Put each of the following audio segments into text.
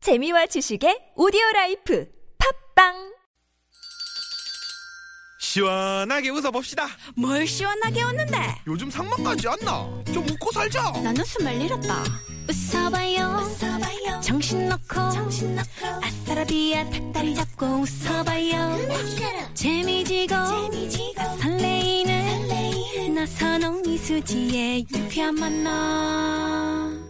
재미와 지식의 오디오 라이프 팝빵 시원하게 웃어봅시다. 뭘 시원하게 웃는데 요즘 상만까지 안 나. 좀 웃고 살자. 난 웃음을 잃었다 웃어봐요, 웃어봐요. 정신 놓고 정신 놓고 아싸라비아 닭다리 잡고 웃어봐요 재미지고 재미지고 설레이는 설레이는 나선홍 이수지의 유쾌한 만남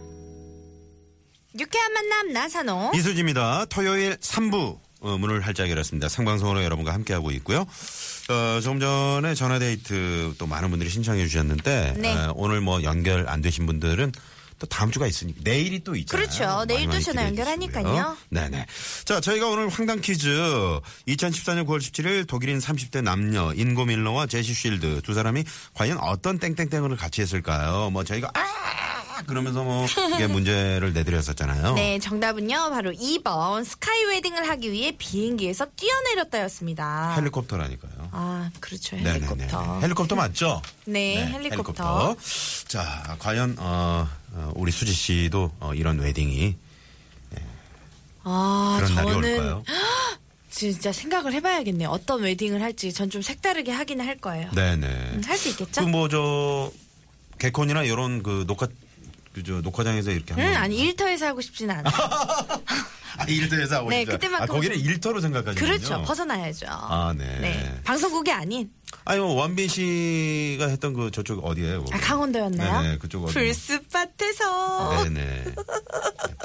유쾌한 만남 나선호 이수지입니다. 토요일 3부 어, 문을 활짝 열었습니다. 생방송으로 여러분과 함께하고 있고요. 어, 조금 전에 전화데이트 또 많은 분들이 신청해 주셨는데 네. 어, 오늘 뭐 연결 안 되신 분들은 또 다음 주가 있으니까 내일이 또 있잖아요. 그렇죠. 많이 내일도 많이 전화 기대해 연결하니까요. 주시고요. 네네. 자 저희가 오늘 황당 퀴즈 2014년 9월 17일 독일인 30대 남녀 인고 밀러와 제시 쉴드 두 사람이 과연 어떤 땡땡땡을 같이 했을까요? 뭐 저희가 아 그러면서 뭐 이게 문제를 내드렸었잖아요. 네 정답은요 바로 2번 스카이 웨딩을 하기 위해 비행기에서 뛰어내렸다였습니다 헬리콥터라니까요. 아 그렇죠 네네네. 헬리콥터 헬리콥터 맞죠? 네, 헬리콥터. 자, 과연 어, 어, 우리 수지 씨도 어, 이런 웨딩이 아 그런 날이 저는 올까요? 진짜 생각을 해봐야겠네요 어떤 웨딩을 할지 전 좀 색다르게 하긴 할 거예요 음, 네네. 음. 할 수 있겠죠? 그뭐저 개콘이나 이런 그 녹화 그저 녹화장에서 이렇게 음, 하는. 아니 일터에서 하고 싶진 않아 아, 일터에서 하고 네, 싶다. 그때만큼은 아, 거기를 좀- 일터로 생각하시는군요. 그렇죠 벗어나야죠 아, 네. 방송국이 아닌 아니 뭐 원빈 씨가 했던 그 저쪽 어디예요? 거기? 아, 강원도였나요? 네네, 그쪽 어디? 풀숲밭에서 네네.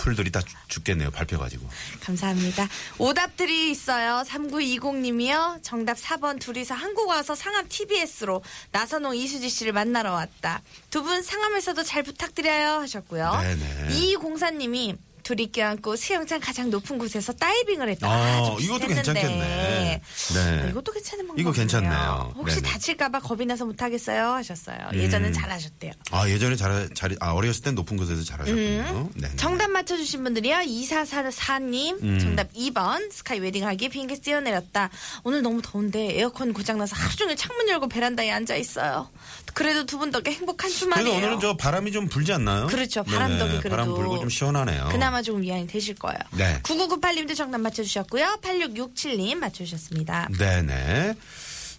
풀들이 다 죽겠네요. 밟혀가지고. 감사합니다. 오답들이 있어요. 3920님이요. 정답 4번 둘이서 한국 와서 상암 TBS로 나선홍 이수지 씨를 만나러 왔다. 두 분 상암에서도 잘 부탁드려요 하셨고요. 네네. 이공사님이 둘이 껴안고 수영장 가장 높은 곳에서 다이빙을 했다. 아, 좀 이것도 비슷했는데. 괜찮겠네. 네, 네. 이것도 괜찮은 방법. 이거 괜찮네요. 음. 혹시 네네. 다칠까봐 겁이 나서 못하겠어요 하셨어요. 예전엔 잘하셨대요. 아 예전에 잘, 잘, 아 어렸을 땐 높은 곳에서 잘하셨군요. 네. 음. 정답 맞춰주신 분들이요. 2444님. 음. 정답 2번. 스카이 웨딩하기에 비행기 뛰어내렸다. 오늘 너무 더운데 에어컨 고장나서 하루 종일 창문 열고 베란다에 앉아있어요. 그래도 두 분 덕에 행복한 주말이에요. 그래도 오늘은 저 바람이 좀 불지 않나요? 그렇죠. 바람 네네. 덕이 그래도 바람 불고 좀 시원하네요. 그나마 조금 위안이 되실 거예요. 네. 9998님도 정답 맞춰주셨고요. 8667님 맞춰주셨습니다. 음. 네네.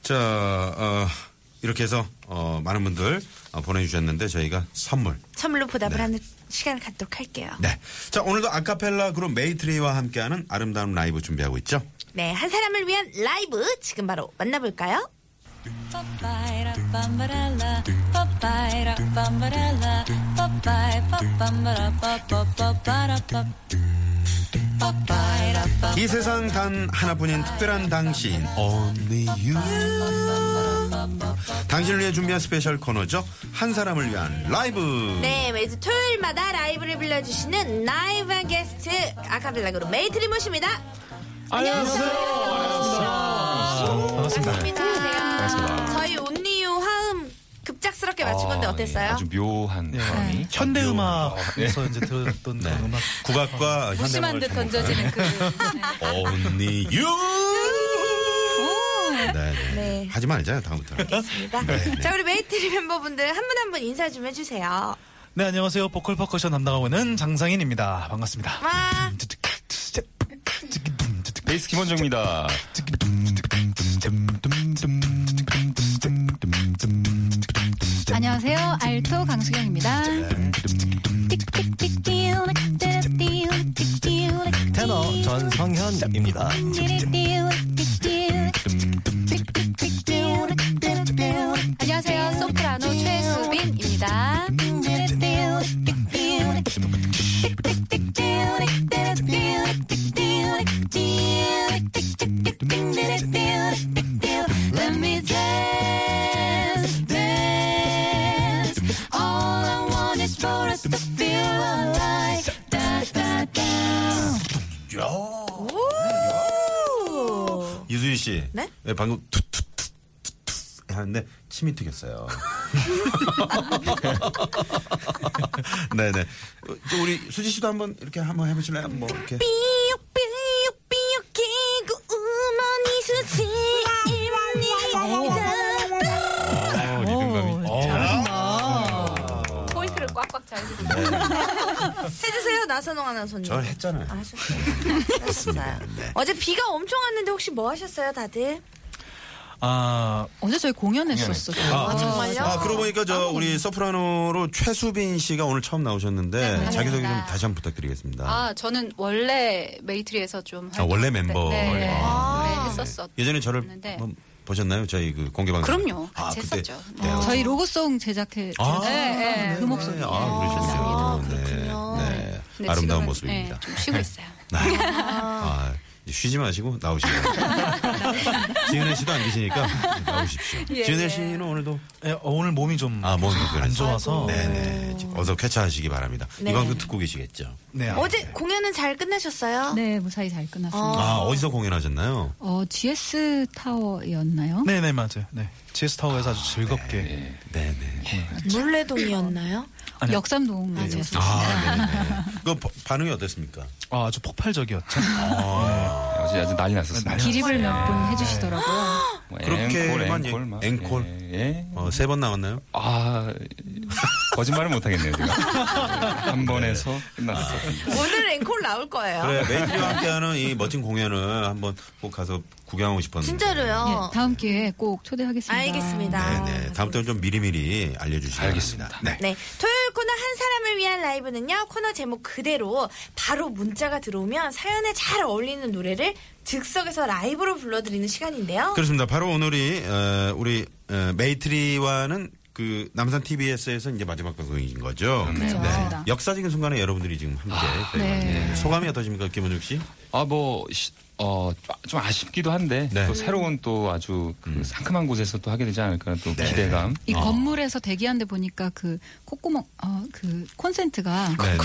자 어, 이렇게 해서 어, 많은 분들 어, 보내주셨는데 저희가 선물. 선물로 보답을 네. 하는 시간을 갖도록 할게요. 네. 자 오늘도 아카펠라 그룹 메이트리와 함께하는 아름다운 라이브 준비하고 있죠. 네. 한 사람을 위한 라이브 지금 바로 만나볼까요? Papayra, bambarella, papayra, bambarella, papay, papambara, papapapara, pap. Papayra, pap- 이 세상 단 하나뿐인 특별한 당신 Only You 당신을 위해 준비한 스페셜 코너죠 한 사람을 위한 라이브 네, 매주 토요일마다 라이브를 불러주시는 라이브 게스트 아카펠라 그룹 메이트리 모십니다. 안녕하세요. 반갑습니다. 반갑습니다. 저희 온리유 화음 급작스럽게 맞춘 건데 어땠어요? 아주 묘한 사람이 현대 음악에서 이제 들었던 네. 그런 음악 국악과 심한 듯 던져지는 그 Only You 네, 네. 하지 말자요 다음부터는 알겠습니다. 자, 우리 메이트리 멤버분들 한 분 한 분 인사 좀 해주세요. 와, 네 안녕하세요 보컬 퍼커션 담당하고 있는 장상인입니다 반갑습니다 베이스 김원정입니다. 안녕하세요. 알토 강수경입니다. 네. 테너 전성현입니다 안녕하세요. 소프라노 최수빈입니다. Let me dance, dance. All I want is for us to feel alive. Da, da, da. 이수희 씨 네? 방금 투투투투 하는데 침이 튀겼어요 네네 어, 또 우리 수지 씨도 한번 이렇게 한번 해보실래요 뭐 이렇게 삐욕 삐욕 삐욕 개구 우먼이 수지 네. 이만이다. 어, 리듬감이. 포인트를 꽉꽉 잘 해주세요 나선홍 아나운서님. 저 했잖아요. 아, 하셨어요. 하셨어요. 어제 비가 엄청 왔는데 혹시 뭐 하셨어요 다들? 아, 언제 저희 공연했었어. 저희. 아, 정말요? 아, 그러고 보니까 저 우리 서프라노로 최수빈 씨가 오늘 처음 나오셨는데 자기소개 좀 다시 한번 부탁드리겠습니다. 아, 저는 원래 메이트리에서 좀. 아, 원래 활동했을 때- 멤버. 네, 원래. 네, 아. 네, 했었어. 예전에 저를 했는데. 한번 보셨나요? 저희 그 공개 방송. 그럼요. 같이 그때. 했었죠. 네. 어. 저희 로고송 제작해. 아, 네, 네. 그 목소리. 아, 그러시군요. 아, 네, 그렇군요. 네. 근데 아름다운 지금은, 모습입니다. 네, 좀 쉬고 있어요. 네. 아, 이제 쉬지 마시고 나오시고. 지은혜 씨도 안 계시니까 나오십시오. 예, 지은혜 예. 씨는 오늘도 예, 어, 오늘 몸이 좀. 아, 몸이 좀 안 좋아서. 네네. 어서 쾌차하시기 바랍니다. 네. 이 방송 듣고 계시겠죠. 네, 어제 공연은 잘 끝나셨어요? 네, 무사히 잘 끝났습니다. 아, 어디서 공연하셨나요? 어, GS 타워였나요? 네네, 맞아요. 네. GS 타워에서 아주 즐겁게. 네네. 물레동이었나요? 네. 아니요. 역삼동 맞았습 아, 네네. 그 반응이 어땠습니까? 아, 아주 폭발적이었죠. 어제 아주 난리 났었습니다. 기립을 몇 네. 분 해주시더라고요. 뭐 그렇게만 앵콜, 얘기- 앵콜, 막. 앵콜. 예, 예. 어, 세 번 나왔나요? 아, 거짓말을 못하겠네요, 아, 네. 제가. 한 번에서 끝났어요. 오늘 앵콜 나올 거예요. 그래, 메이트리와 함께하는 이 멋진 공연을 한번 꼭 가서 구경하고 싶었는데. 어. 진짜로요. 예, 다음 기회에 꼭 초대하겠습니다. 알겠습니다. 네네. 다음 때는 좀 미리미리 알려주시기 알겠습니다. 바랍니다. 네. 토요일 코너 한 사람을 위한 라이브는요, 코너 제목 그대로 바로 문자가 들어오면 사연에 잘 어울리는 노래를 즉석에서 라이브로 불러드리는 어. 시간인데요. 그렇습니다. 바로 오늘이 어, 우리 어, 메이트리와는 그 남산 TBS에서 이제 마지막 방송인 거죠. 네. 맞습니다. 역사적인 순간에 여러분들이 지금 함께 저희와 네. 함께. 소감이 어떠십니까, 김원juk 씨? 아, 뭐, 시- 어, 좀 아쉽기도 한데, 네. 또 새로운 또 아주 그 상큼한 곳에서 또 하게 되지 않을까, 또 기대감. 아. 이 건물에서 대기하는데 보니까 그 콧구멍, 어, 그 콘센트가 네.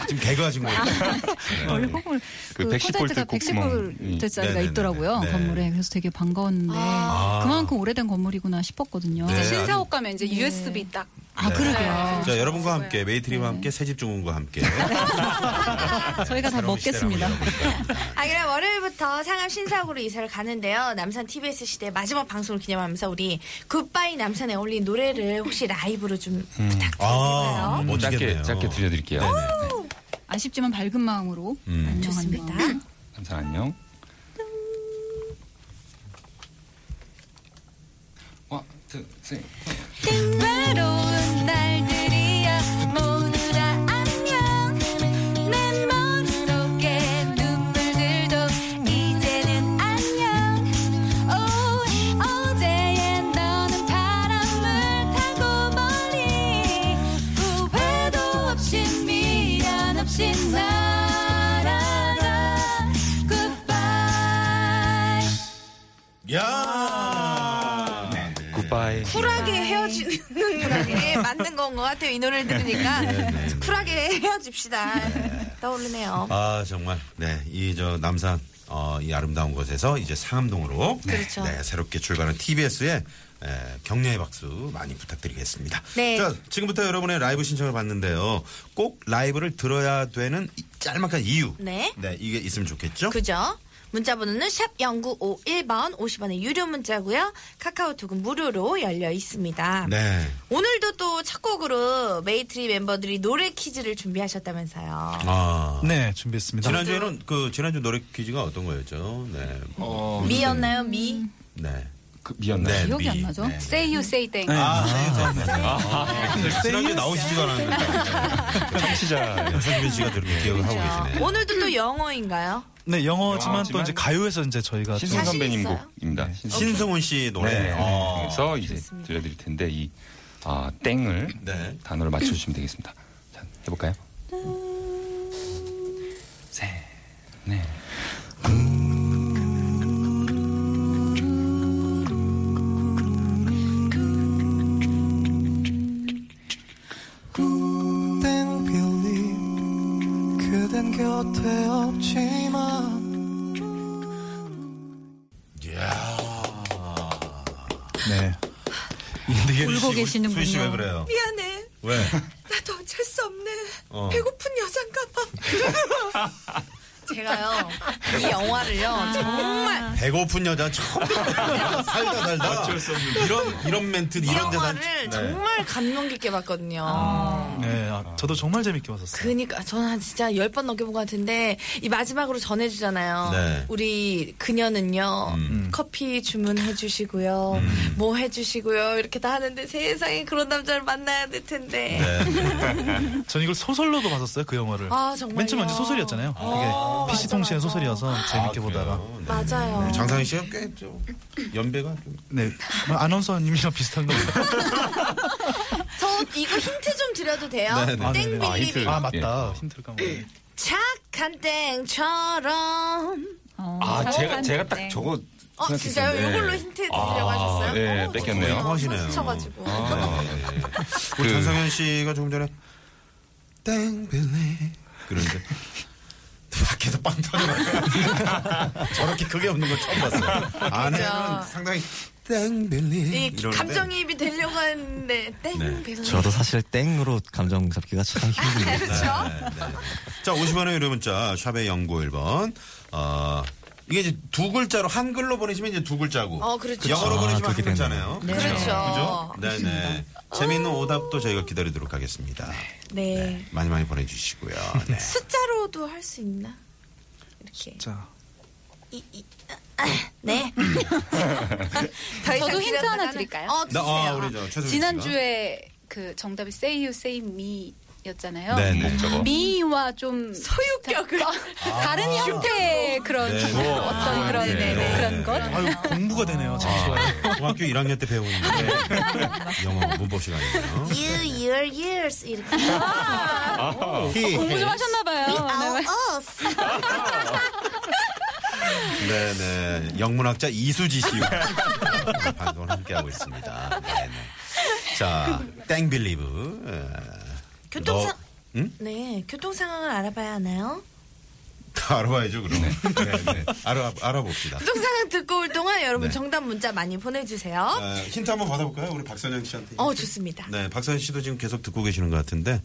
아, 지금 개그하신 아, 거예요. 원래 콧구멍 그 110V 콘센트가 콧구멍. 110V짜리가 네네네네. 있더라고요 네. 아. 건물에 그래서 되게 반가웠는데 아. 그만큼 오래된 건물이구나 싶었거든요. 네. 신사옥 가면 이제 USB 딱. 아 그러게요. 자, 여러분과 함께 메이트리와 함께 새집 주문과 함께 저희가 다 새로운 먹겠습니다. 시대를 한번 열어볼까 합니다. 아, 그럼 월요일부터 상암 신사옥으로 이사를 가는데요. 남산 TBS 시대 마지막 방송을 기념하면서 우리 굿바이 남산에 어울린 노래를 혹시 라이브로 좀 음. 어, 아, 부탁드릴까요? 멋지겠네요. 짧게, 짧게 들려드릴게요. 네, 아쉽지만 밝은 마음으로 음. 안녕 좋습니다. 안녕. 감사 안녕. 와, 둘, 셋. 외로운 날들이야 모두라 안녕 내 머리로 깬 눈물들도 이제는 안녕 오 어제의 너는 바람을 타고 멀리 후회도 없이 미련 없이 날아가 굿바이 야! 네. 굿바이. 쿨하게 헤어지는 게 맞는 건 것 같아요. 이 노래를 들으니까. 네, 쿨하게 헤어집시다. 떠오르네요. 아 정말 네이 저 남산 어, 이 아름다운 곳에서 이제 상암동으로 그렇죠. 네, 새롭게 출발한 TBS의 에, 격려의 박수 많이 부탁드리겠습니다. 네. 자 지금부터 여러분의 라이브 신청을 받는데요. 꼭 라이브를 들어야 되는 이 짤막한 이유. 네. 이게 있으면 좋겠죠. 그죠? 문자 번호는 샵 0951번 50원의 유료 문자고요. 카카오톡은 무료로 열려 있습니다. 네. 오늘도 또 첫 곡으로 메이트리 멤버들이 노래 퀴즈를 준비하셨다면서요. 아 네, 준비했습니다. 지난주에는 그 지난주 노래 퀴즈가 어떤 거였죠? 네. 어, 미였나요? 미? 네. 그, 네. 미안네. 기억이 미. 안 나죠? 네. 아, Say you say thank 네. 지난주 나오시지도 않았는데 청취자. 최수빈 씨가 들고 기억을 하고 계시네. 오늘도 또 영어인가요? 네, 영어지만 또 영어지만 이제 가요에서 이제 저희가 좀 신승 아, 선배님 있어요? 곡입니다. 네. 그 신승 신승훈 씨 노래. 네. 어. 그래서 이제 들려드릴 텐데 이 아, 땡을 네. 단어로 맞춰주시면 되겠습니다. 자, 해볼까요? 셋, 넷. 땡빌리 그댄 곁에 없지만 네. 울고 계시는 수희 씨왜 분요. 그래요? 미안해. 왜? 나도 어쩔 수 없네. 어. 배고픈 여잔가 봐. 제가요 이 영화를요 정말 배고픈 여자 처음 살다 살다 어쩔 수 없는 이런 이런 멘트 이 이런 대사 네. 영화를 정말 감명 깊게 봤거든요. 네, 아, 저도 정말 재밌게 봤었어요. 그니까 저는 한 진짜 열 번 넘게 본 것 같은데 이 마지막으로 전해주잖아요. 네. 우리 그녀는요 커피 주문해 주시고요, 뭐 해주시고요 이렇게 다 하는데 세상에 그런 남자를 만나야 될 텐데. 전 이걸 소설로도 봤었어요 그 영화를. 아, 정말요? 맨 처음에 이제 소설이었잖아요. 이게 PC 통신의 소설이어서 재밌게 보다가. 맞아요. 음, 장상희 씨가 꽤좀 연배가 좀 네, 아나운서님이랑 비슷한 건가요? 저 이거 힌트 좀 드려도 돼요? 네, 네. 아, 네네. 아, 땡빌리비 아 맞다. 예. 힌트를 까먹었네. 착한 땡처럼. 어, 아, 제가 잘하는데. 제가 딱 저거 어 생각했었는데. 진짜요? 이걸로 힌트 드리려고 아, 하셨어요? 네, 어, 뺏겼네요. 죄송해요. 하시네요. 서스쳐가지고. 아, 네. 우리 그- 뭐 전성현 씨가 조금 전에 땡빌리 그런데 밖에서 빵 터져가지고 저렇게 그게 없는 걸 처음 봤어요. 안에는 상당히 땡빌리 이 감정이입이 되려고 하는데 땡 네. 빌리 저도 사실 땡으로 감정 잡기가 참 힘듭니다. 그렇죠? 네, 자 50원의 유료 문자 샵의 영구 1번 어, 이게 이제 두 글자로 한글로 보내시면 이제 두 글자고 어, 그렇죠. 영어로 아, 보내시면 한 그렇게 글자네요. 네. 그렇죠. 어. 그죠? 네네. 재미있는 오답도 저희가 기다리도록 하겠습니다. 네. 네. 많이 많이 보내주시고요. 네. 숫자로도 할 수 있나? 이렇게. 자, 네. 더 이상 저도 힌트 기다렸다가는- 하나 드릴까요? 어, 나, 주세요. 아, 우리 저 최소희 씨가. 지난주에 그 정답이 Say You Say Me 였잖아요. 그 네네. 목적어. 미와 좀 소유격을. 다른 형태의 그런 네. 어떤 아, 그런 네. 그런 것. 아유 공부가 되네요. 참 좋아요. 중학교 어, 1학년 때 배우는 네. 영어 문법 시간이에요. You, your years 이렇게. 아, 네, 공부 좀 하셨나봐요. 네네. 영문학자 이수지 씨 네, 방송을 함께하고 있습니다. 네네. 자, 땡빌리브. 에, 교통상 너- 응? 네, 교통 상황을 알아봐야 하나요? 알아봐야죠, 그럼. 네네. 알아, 알아봅시다. 교통 상황 듣고 올 동안 네. 여러분 정답 문자 많이 보내주세요. 어, 힌트 한번 받아볼까요? 우리 박선영 씨한테. 어, 좋습니다. 네, 박선영 씨도 지금 계속 듣고 계시는 것 같은데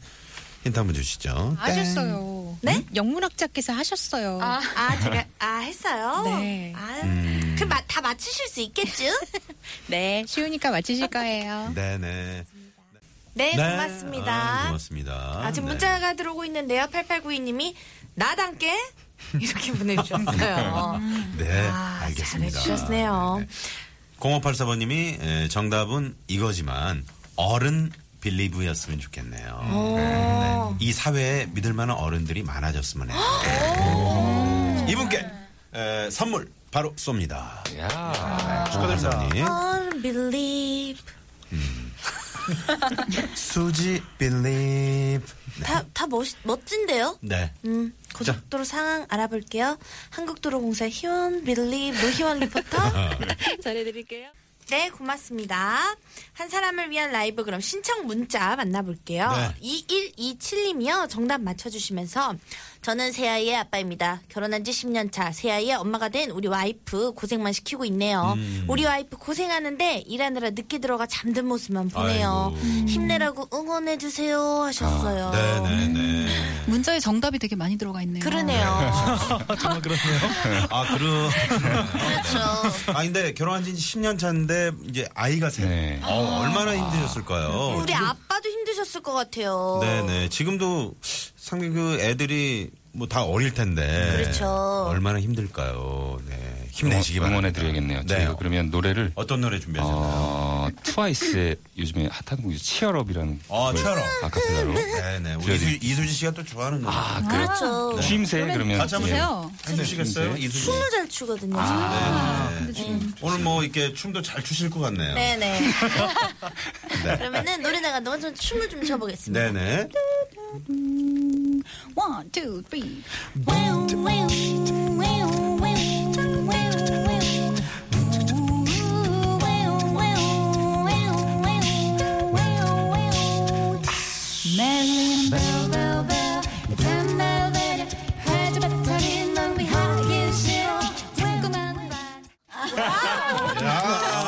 힌트 한번 주시죠. 하셨어요. 음? 네? 영문학자께서 하셨어요. 아, 제가 아 했어요. 네. 아, 음. 그럼 마- 다 맞추실 수 있겠죠? 네, 쉬우니까 맞히실 거예요. 네네. 네, 네. 고맙습니다. 아, 고맙습니다. 아직 네. 문자가 들어오고 있는데요. 8892님이 나당께 이렇게 보내주셨어요. 네, 아, 알겠습니다. 잘해주셨네요. 0584번님이 정답은 이거지만 어른 빌리브였으면 어. 좋겠네요. 네. 이 사회에 믿을 만한 어른들이 많아졌으면 해요. 어. 네. 이분께 에, 선물 바로 쏩니다. 네, 야. 예, 축하드립니다. 어. Unbelieve. 수지 빌리브. 다, 다 멋, 멋진데요? 네. 음, 고속도로 상황 알아볼게요. 한국도로공사 희원 빌리 뭐 노희원 리포터. 전해드릴게요. 네, 고맙습니다. 한 사람을 위한 라이브 그럼 신청 문자 만나볼게요. 네. 2127님이요. 정답 맞춰주시면서 저는 새아이의 아빠입니다. 결혼한 지 10년 차 새아이의 엄마가 된 우리 와이프 고생만 시키고 있네요. 음. 우리 와이프 고생하는데 일하느라 늦게 들어가 잠든 모습만 보네요. 아이고. 아, 힘내라고 응원해주세요 하셨어요. 네, 네네네. 문자에 정답이 되게 많이 들어가 있네요. 그러네요. 정말 그렇네요. 아, 그러. 그렇죠. 아, 근데 결혼한 지 10년 차인데 이제 아이가 생. 네. 어, 얼마나 힘드셨을까요? 우리 아빠도 힘드셨을 것 같아요. 어. 네네. 지금도 상당히 그 애들이 뭐 다 어릴 텐데. 그렇죠. 얼마나 힘들까요. 네. 힘내시기 바랍니다. 응원해드려야겠네요. 네. 저희가 그러면 노래를 어떤 노래 준비하셨나요? 어, 트와이스의 요즘에 핫한 곡이 치얼업이라는 아, 치얼업. 아카펠라로 네네. 우리 들려드릴- 이수, 이수지 씨가 또 좋아하는 노래. 아, 그 그렇죠. 네. 쉼새 그러면 같이 한번 예. 그래요. 해주시겠어요? 이수지 씨. 춤을 잘 추거든요. 네. 오늘 뭐 이렇게 춤도 잘 추실 것 같네요. 네. 네네. 그러면은 노래 나간 동안 좀 춤을 좀 춰보겠습니다. 네네. One, two, three.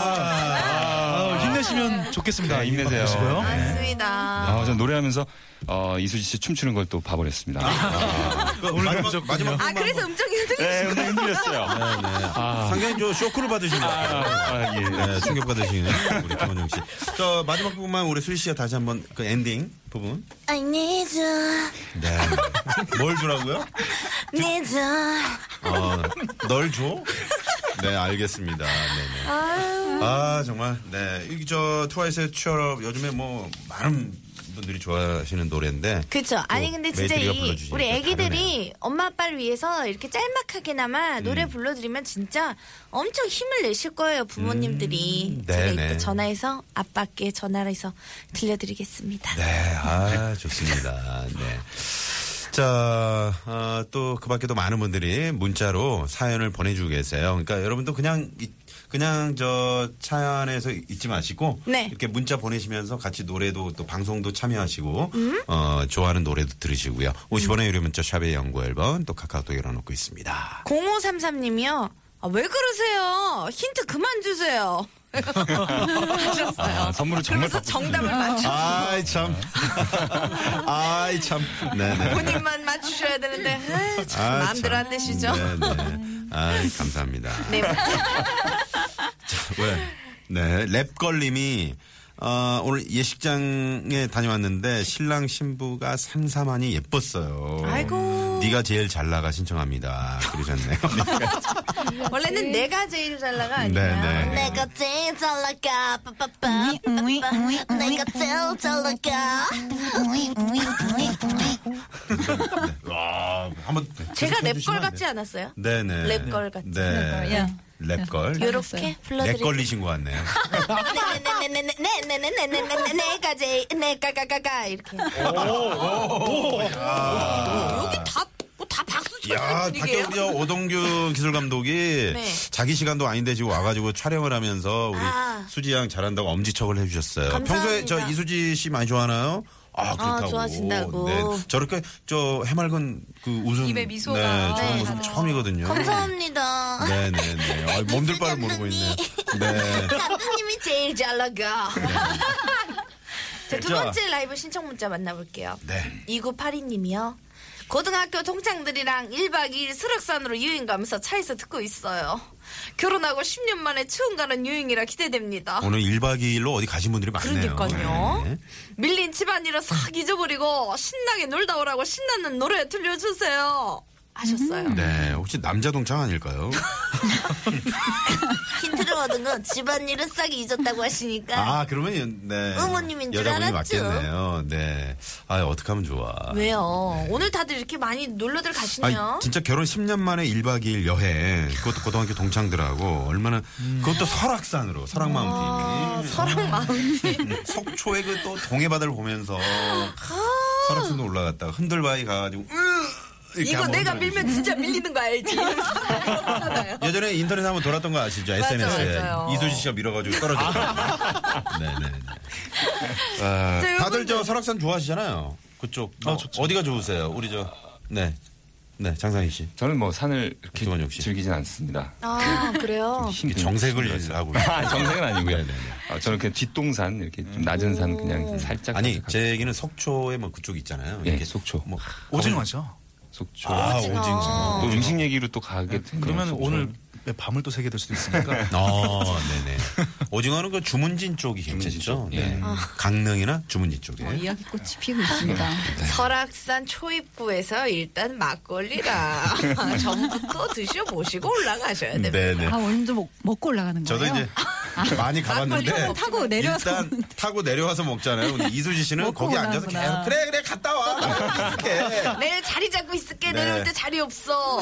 아, 힘내시면 좋겠습니다. 네, 힘내세요. 힘내시고요. 네. 맞습니다. 아, 전 노래하면서 어, 이수지 씨 춤추는 걸 또 봐버렸습니다. 아, 오늘 그 마지막- 보셨군요. 마지막 아 그래서 음정이 네, 흔들리시고 오늘 힘들었어요. 아. 상당히 좀 쇼크를 받으시네요. 아, 예. 네, 충격 받으시네요. 우리 김원영 씨. 저 마지막 부분만 우리 수희 씨가 다시 한번 그 엔딩 부분. I need you, 네. 뭘 주라고요? need you. 어, 널 줘? 네, 알겠습니다. 네네. 아, 정말. 네. 이저 트와이스의 취업 요즘에 뭐 많은 분들이 좋아하시는 노래인데 그쵸. 아니 근데 진짜 메이드리가 이 불러주시니까 우리 다르네요. 음. 애기들이 엄마 아빠를 위해서 이렇게 짤막하게나마 노래 불러드리면 진짜 엄청 힘을 내실 거예요 부모님들이. 음, 제가 네네. 이때 전화해서 아빠께 전화를 해서 들려드리겠습니다. 네, 아, 좋습니다. 네. 자, 아, 또, 그 밖에도 많은 분들이 문자로 사연을 보내주고 계세요. 그러니까 여러분도 그냥, 이- 그냥 저 사연에서 잊지 마시고. 네. 이렇게 문자 보내시면서 같이 노래도 또 방송도 참여하시고. 어, 좋아하는 노래도 들으시고요. 음. 50원의 유료 문자 샵의 연구 앨범 또 카카오톡 열어놓고 있습니다. 0533님이요. 아, 왜 그러세요? 힌트 그만 주세요. 하셨어요. 아, 선물을 정말 그러면서 받고 정답을 맞추 아이, 참. 아이, 참. 네네. 본인만 맞추셔야 되는데 아, 참 아, 마음대로 참. 안 되시죠? 네네. 아 감사합니다. 네. 왜? 네, 랩걸님이 어, 오늘 예식장에 다녀왔는데 신랑 신부가 삼삼하니 예뻤어요. 아이고. 네가 제일 잘 나가 신청합니다. 그러셨네요. 원래는 내가 제일 잘 나가 네, 아니에요. 네. 내가 제일 잘 나가 빠빠빠 내가 제일 잘 나가 와, 아, 한번 제가 랩걸 같지 않았어요? 네, 네. 랩걸 예. 같지? 네. 야. 랩걸. 요렇게 불러드릴게요. 랩걸리신 것 같네요. 네네네네네네네네네네네 내가 제일 내가 가가가 이렇게 여기 다 뭐 다 박수 야, 쳐주는 분위기예요? 박경저 오동규 기술 감독이 네. 자기 시간도 아닌데 지금 와가지고 촬영을 하면서 우리 아. 수지 양 잘한다고 엄지척을 해주셨어요. 감사합니다. 평소에 저 이수지 씨 많이 좋아하나요? 아, 그렇다고. 네. 좋아하신다고. 저렇게 저 해맑은 그 웃음. 입에 미소가. 네, 저런 네. 모습 처음이거든요. 감사합니다. 네네네. 아, 몸둘 바를 모르고 있네. 네. 감독님이 제일 잘 나가. 자, 두 자. 번째 라이브 신청 문자 만나볼게요. 네. 2982님이요. 고등학교 동창들이랑 1박 2일 수락산으로 유행 가면서 차에서 듣고 있어요. 결혼하고 10년 만에 처음 가는 유행이라 기대됩니다. 오늘 1박 2일로 어디 가신 분들이 많네요. 그러니까요. 네. 밀린 집안일을 싹 잊어버리고 신나게 놀다 오라고 신나는 노래 들려주세요. 하셨어요. 네, 혹시 남자 동창 아닐까요? 힌트를 얻은 건 집안일을 싹 잊었다고 하시니까. 아, 그러면 연- 네. 의무님인 줄 여자분이 알았죠. 맞겠네요. 네. 아, 어떻게 하면 좋아. 왜요? 오늘 다들 이렇게 많이 놀러들 가시네요. 아, 진짜 결혼 10년 만에 1박 2일 여행. 그것도 고등학교 동창들하고 얼마나 그것도 설악산으로 설악 마운틴. 서랑 어, 마음. 속초의 그 또 동해바다를 보면서 아. 설악산도 올라갔다가 흔들바위 가 가지고 이거 내가 밀면 진짜 밀리는 거 알지? 예전에 인터넷 한번 돌았던 거 아시죠? 맞아, SNS에 맞아요. 이수지 씨가 밀어가지고 떨어졌다. 네네. 아, 자, 다들 여러분들. 저 설악산 좋아하시잖아요. 그쪽 뭐 어디가 좋으세요? 우리 저 네. 네, 장상희 씨. 저는 뭐 산을 이렇게 김원영 씨. 즐기진 않습니다. 아, 그래요? 이게 정색을 하고. 있어요. 아, 정색은 아니고요. 네네네. 아, 저는 그냥 뒷동산 이렇게 좀 낮은 산 그냥 살짝 아니, 살짝 제 얘기는 속초에 뭐 그쪽 있잖아요. 예, 이렇게 속초. 뭐 네. 오징어죠. 속초. 아, 오징어. 또 음식 얘기로 또 가게 되네요. 그러면 속초. 오늘 밤을 또 새게 될 수도 있으니까. 어, 네네. 오징어는 그 주문진 쪽이 괜찮죠? 쪽, 예. 네. 강릉이나 주문진 쪽에. 어, 이야기꽃이 피고 있습니다. 네. 설악산 초입구에서 일단 막걸리가 전부터 드셔보시고 올라가셔야 됩니다. 네네. 아, 오늘도 먹, 먹고 올라가는 거예요? 저도 이제 많이 가봤는데 타고, 타고 내려서 일단 타고 내려와서 먹잖아요. 근데 이수지 씨는 먹고 거기 앉아서 올라오구나. 계속 그래 그래 갔다 와 이렇게 내일 네, 자리 잡고 있을게. 네. 내려올 때 자리 없어.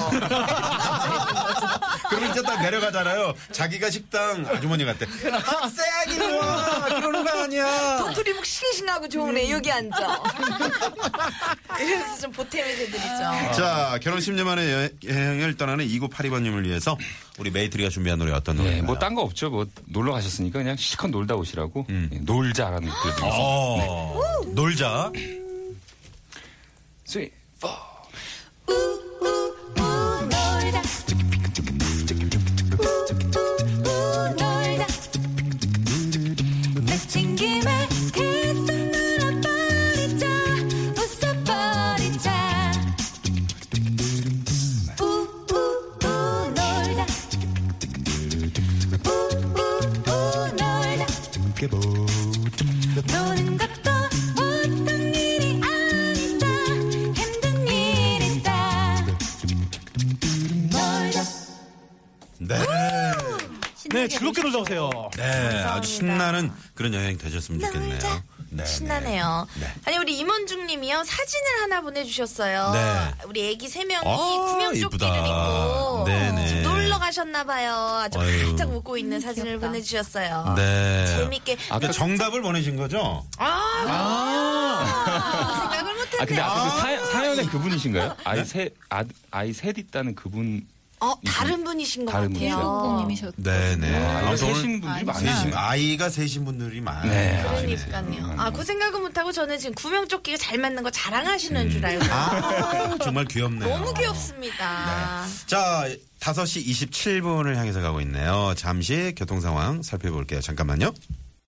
그러면 이제 딱 내려가잖아요. 자기가 식당 아주머니 같대. 학생이 와 그러는 거 아니야. 도토리 묵 싱싱하고 좋으네. 여기 앉아. 그래서 좀 보탬이 되드리죠. 자 결혼 10년 만에 여- 여행을 떠나는 2982번님을 위해서 우리 메이트리가 준비한 노래 어떤 노래? 예, 뭐딴 거 없죠. 뭐 놀러 가셨으니까 그냥 실컷 놀다 오시라고 음. 예, 놀자라는 뜻. 어, 놀자. 스윗. 그 미친 김에 계속 놀아버리자 웃어버리자 네. 네, 즐겁게 놀다 오세요. 네, 아주 신나는 그런 여행 되셨으면 좋겠네요. 네, 신나네요. 네. 아니 우리 임원중님이요 사진을 하나 보내주셨어요. 네. 우리 애기 세 명이 아, 구명조끼를 이쁘다. 입고 네네. 지금 놀러 가셨나봐요. 아주 아유. 활짝 웃고 있는 음, 사진을 보내주셨어요. 네. 재밌게. 아까 정답을 보내신 거죠? 아, 그렇구나. 생각을 못했네. 아 근데 아까 그 사, 사연의 그분이신가요? 아이 셋 아, 아이 셋 있다는 그분 어 다른 분이신 것 다른 같아요. 음. 공공님이셨. 네네. 아이가 아무튼 오늘 셋인 분들이 아니구나. 많으신 셋인- 아이가 셋인 분들이 많아요. 음. 네. 그러니까요. 아, 그 생각은 못하고 저는 지금 구명조끼가 잘 맞는 거 자랑하시는 줄 알고 음. 아, 정말 귀엽네요. 네. 너무 귀엽습니다. 자, 5시 27분을 향해서 가고 있네요. 잠시 교통 상황 살펴볼게요. 잠깐만요.